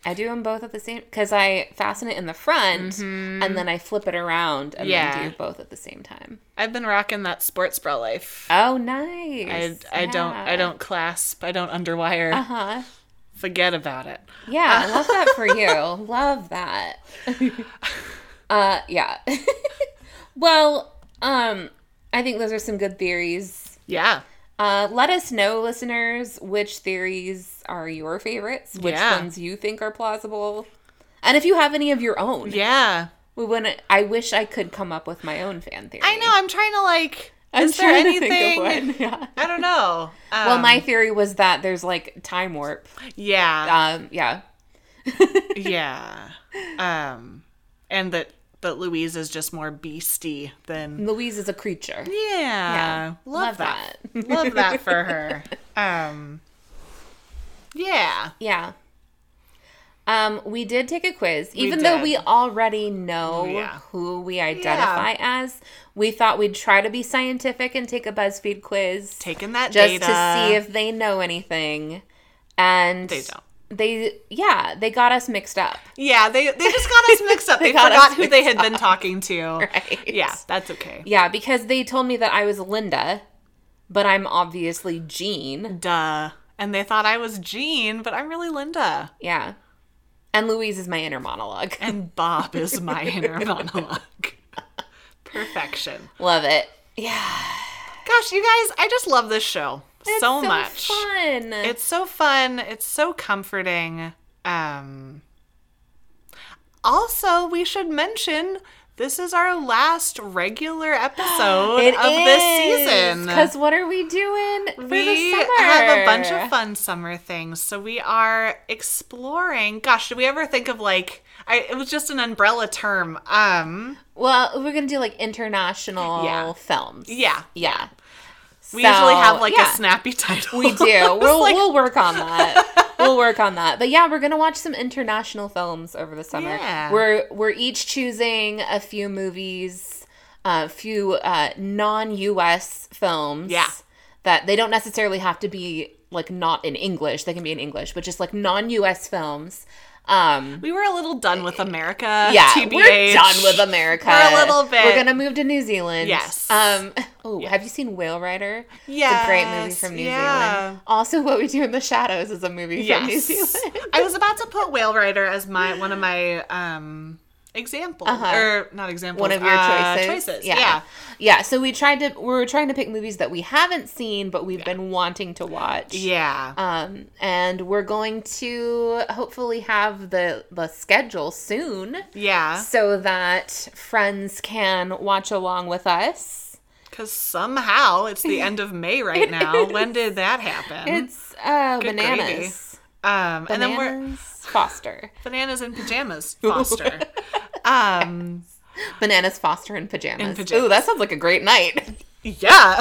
Speaker 1: I do them both at the same because I fasten it in the front and then I flip it around and
Speaker 2: Mm-hmm. Yeah.
Speaker 1: then do both at the same time.
Speaker 2: I've been rocking that sports bra life.
Speaker 1: Oh, nice!
Speaker 2: I, I don't I don't clasp. I don't underwire.
Speaker 1: Uh huh.
Speaker 2: Forget about it.
Speaker 1: Yeah, I love that for you. love that. uh, yeah. well, um, I think those are some good theories.
Speaker 2: Yeah.
Speaker 1: Uh, let us know, listeners, which theories are your favorites, which
Speaker 2: Yeah.
Speaker 1: ones you think are plausible, and if you have any of your own.
Speaker 2: Yeah.
Speaker 1: We wouldn't. I wish I could come up with my own fan theory.
Speaker 2: I know, I'm trying to like
Speaker 1: I'm
Speaker 2: is there
Speaker 1: trying to
Speaker 2: anything
Speaker 1: think of one, yeah.
Speaker 2: I don't know. Um,
Speaker 1: Well, my theory was that there's like time warp.
Speaker 2: yeah.
Speaker 1: Um, yeah.
Speaker 2: yeah um and that that louise is just more beastie than
Speaker 1: Louise is a creature.
Speaker 2: yeah, love, that, love that for her um yeah
Speaker 1: Yeah. Um, we did take a quiz, even
Speaker 2: did. Oh,
Speaker 1: though we already know
Speaker 2: Yeah.
Speaker 1: who we identify as. We thought we'd try to be scientific and take a BuzzFeed quiz
Speaker 2: taking that
Speaker 1: just
Speaker 2: data
Speaker 1: to see if they know anything. And
Speaker 2: They don't.
Speaker 1: They yeah, they got us mixed up.
Speaker 2: yeah they they just got us mixed up they,
Speaker 1: got us
Speaker 2: forgot who they had been talking to
Speaker 1: Right.
Speaker 2: yeah that's okay
Speaker 1: Yeah, because they told me that I was Linda, but I'm obviously Jean.
Speaker 2: duh and they thought i was jean but i'm really linda
Speaker 1: Yeah. And Louise is my inner monologue.
Speaker 2: and bob is my inner monologue perfection
Speaker 1: Love it. Yeah.
Speaker 2: gosh you guys i just love this show
Speaker 1: It's
Speaker 2: so, much
Speaker 1: fun.
Speaker 2: It's so fun. It's so comforting. Um, also, we should mention this is our last regular episode of this season.
Speaker 1: Because what are we doing for the
Speaker 2: we
Speaker 1: summer?
Speaker 2: have a bunch of fun summer things. So we are exploring. Gosh, did we ever think of like I, it was just an umbrella term. Um,
Speaker 1: Well, we're gonna do like international
Speaker 2: Yeah.
Speaker 1: films.
Speaker 2: yeah,
Speaker 1: yeah.
Speaker 2: we
Speaker 1: So,
Speaker 2: usually have like
Speaker 1: yeah.
Speaker 2: a snappy title.
Speaker 1: We do.
Speaker 2: It's
Speaker 1: We'll
Speaker 2: like-
Speaker 1: we'll work on that. we'll work on that. But yeah, we're gonna watch some international films over the summer.
Speaker 2: Yeah.
Speaker 1: We're we're each choosing a few movies, a few uh, non-U.S. films.
Speaker 2: Yeah.
Speaker 1: That they don't necessarily have to be like not in English. They can be in English, but just like non-U.S. films. Um,
Speaker 2: we were a little done with America.
Speaker 1: yeah,
Speaker 2: TBH.
Speaker 1: we're done with America
Speaker 2: For a little bit.
Speaker 1: We're gonna move to New Zealand.
Speaker 2: Yes.
Speaker 1: Um. Oh, have you seen Whale Rider? It's a great movie
Speaker 2: Yes,
Speaker 1: from New
Speaker 2: yeah.
Speaker 1: Zealand. Also, What We Do in the Shadows is a movie from New Zealand.
Speaker 2: I was about to put Whale Rider as my one of my um examples or not examples.
Speaker 1: Uh-huh. One of your
Speaker 2: uh,
Speaker 1: choices.
Speaker 2: choices.
Speaker 1: Yeah.
Speaker 2: Yeah.
Speaker 1: yeah. So we tried to. We were trying to pick movies that we haven't seen, but we've been wanting to watch.
Speaker 2: Yeah.
Speaker 1: Um, and we're going to hopefully have the the schedule soon,
Speaker 2: yeah.
Speaker 1: so that friends can watch along with us.
Speaker 2: Because somehow it's the end of May right now. When did that happen?
Speaker 1: It's uh,
Speaker 2: gravy.
Speaker 1: bananas.
Speaker 2: Um, and then we're
Speaker 1: Bananas Foster.
Speaker 2: bananas in pajamas, Foster. um,
Speaker 1: Bananas Foster in pajamas.
Speaker 2: In pajamas.
Speaker 1: Ooh, that sounds like a great night.
Speaker 2: yeah.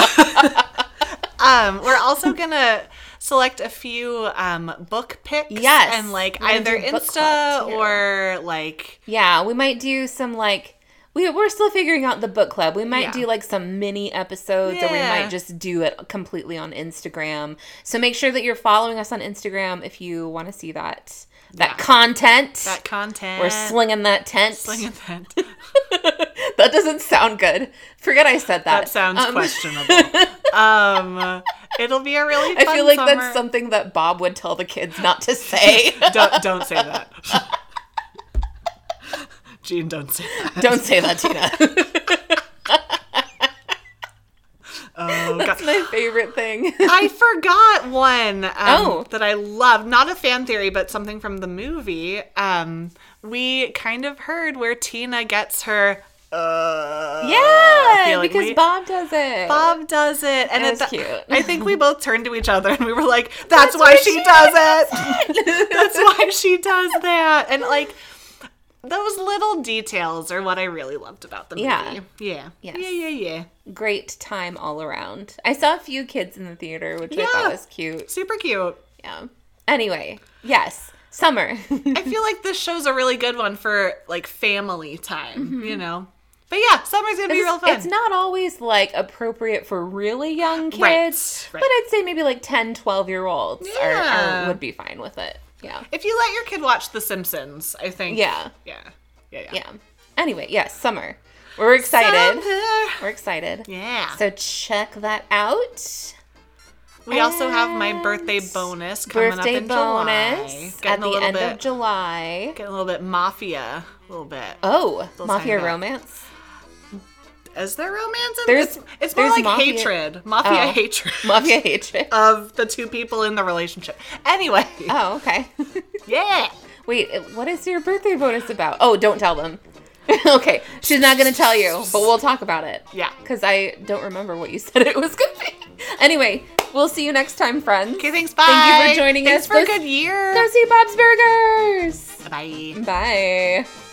Speaker 2: um, we're also gonna select a few um book picks.
Speaker 1: Yes.
Speaker 2: And like
Speaker 1: We're gonna
Speaker 2: either
Speaker 1: do book club,
Speaker 2: Insta
Speaker 1: too.
Speaker 2: or like
Speaker 1: Yeah, we might do some like we we're still figuring out the book club. We might
Speaker 2: Yeah.
Speaker 1: do like some mini episodes, or we
Speaker 2: Yeah.
Speaker 1: might just do it completely on Instagram. So make sure that you're following us on Instagram if you want to see that that content.
Speaker 2: that content.
Speaker 1: we're slinging that tent.
Speaker 2: Sling event.
Speaker 1: that doesn't sound good. Forget I said that.
Speaker 2: That sounds
Speaker 1: Um,
Speaker 2: questionable. um, it'll be a really
Speaker 1: I
Speaker 2: fun
Speaker 1: feel like
Speaker 2: summer.
Speaker 1: that's something that Bob would tell the kids not to say.
Speaker 2: don't don't say that. Gene, don't say that.
Speaker 1: Don't say that, Tina.
Speaker 2: Oh, God.
Speaker 1: My favorite thing.
Speaker 2: I forgot one um,
Speaker 1: Oh.
Speaker 2: that I love. Not a fan theory, but something from the movie. Um, we kind of heard where Tina gets her. Uh,
Speaker 1: Yeah,
Speaker 2: feeling.
Speaker 1: because
Speaker 2: We-
Speaker 1: Bob does it.
Speaker 2: Bob does it, and
Speaker 1: It
Speaker 2: at
Speaker 1: was
Speaker 2: the-
Speaker 1: cute.
Speaker 2: I think we both turned to each other and we were like, "That's, why she does it. That's why she does that." And like those little details are what I really loved about the movie.
Speaker 1: Yeah.
Speaker 2: Yeah, yeah,
Speaker 1: Yes.
Speaker 2: yeah, yeah, yeah.
Speaker 1: Great time all around. I saw a few kids in the theater, which I
Speaker 2: Yeah.
Speaker 1: thought was cute.
Speaker 2: Super cute.
Speaker 1: Yeah. Anyway, yes, summer.
Speaker 2: I feel like this show's a really good one for like family time. You know. But yeah, summer's gonna be real fun.
Speaker 1: Mm-hmm. It's not always like appropriate for really young kids,
Speaker 2: Right, right.
Speaker 1: but I'd say maybe like 10, 12 year olds are,
Speaker 2: Yeah.
Speaker 1: are, would be fine with it. Yeah.
Speaker 2: if you let your kid watch The Simpsons, I think.
Speaker 1: Yeah.
Speaker 2: Yeah. Yeah. Yeah.
Speaker 1: Yeah. Anyway, yes, summer. We're excited.
Speaker 2: Summer.
Speaker 1: We're excited.
Speaker 2: Yeah.
Speaker 1: So check that out.
Speaker 2: We also have my
Speaker 1: And
Speaker 2: birthday bonus coming
Speaker 1: Birthday
Speaker 2: up in July.
Speaker 1: bonus at
Speaker 2: Getting a
Speaker 1: the
Speaker 2: little
Speaker 1: end
Speaker 2: bit,
Speaker 1: of July.
Speaker 2: Getting a little bit mafia, a little bit.
Speaker 1: Oh, mafia
Speaker 2: sign back.
Speaker 1: romance.
Speaker 2: Is there romance in
Speaker 1: There's-
Speaker 2: this? It's more
Speaker 1: there's
Speaker 2: like
Speaker 1: mafia-
Speaker 2: hatred, mafia
Speaker 1: Oh.
Speaker 2: hatred
Speaker 1: Mafia hatred.
Speaker 2: of the two people in the relationship. Anyway,
Speaker 1: Oh, okay.
Speaker 2: yeah.
Speaker 1: Wait, what is your birthday bonus about? Oh, don't tell them. okay, she's not gonna tell you, but we'll talk about it.
Speaker 2: Yeah.
Speaker 1: Because I don't remember what you said it was gonna be. Anyway, we'll see you next time, friends.
Speaker 2: Okay, thanks. Bye.
Speaker 1: Thank you for joining
Speaker 2: Thanks
Speaker 1: us.
Speaker 2: for a
Speaker 1: This-
Speaker 2: good year.
Speaker 1: Go see Bob's Burgers.
Speaker 2: Bye.
Speaker 1: Bye.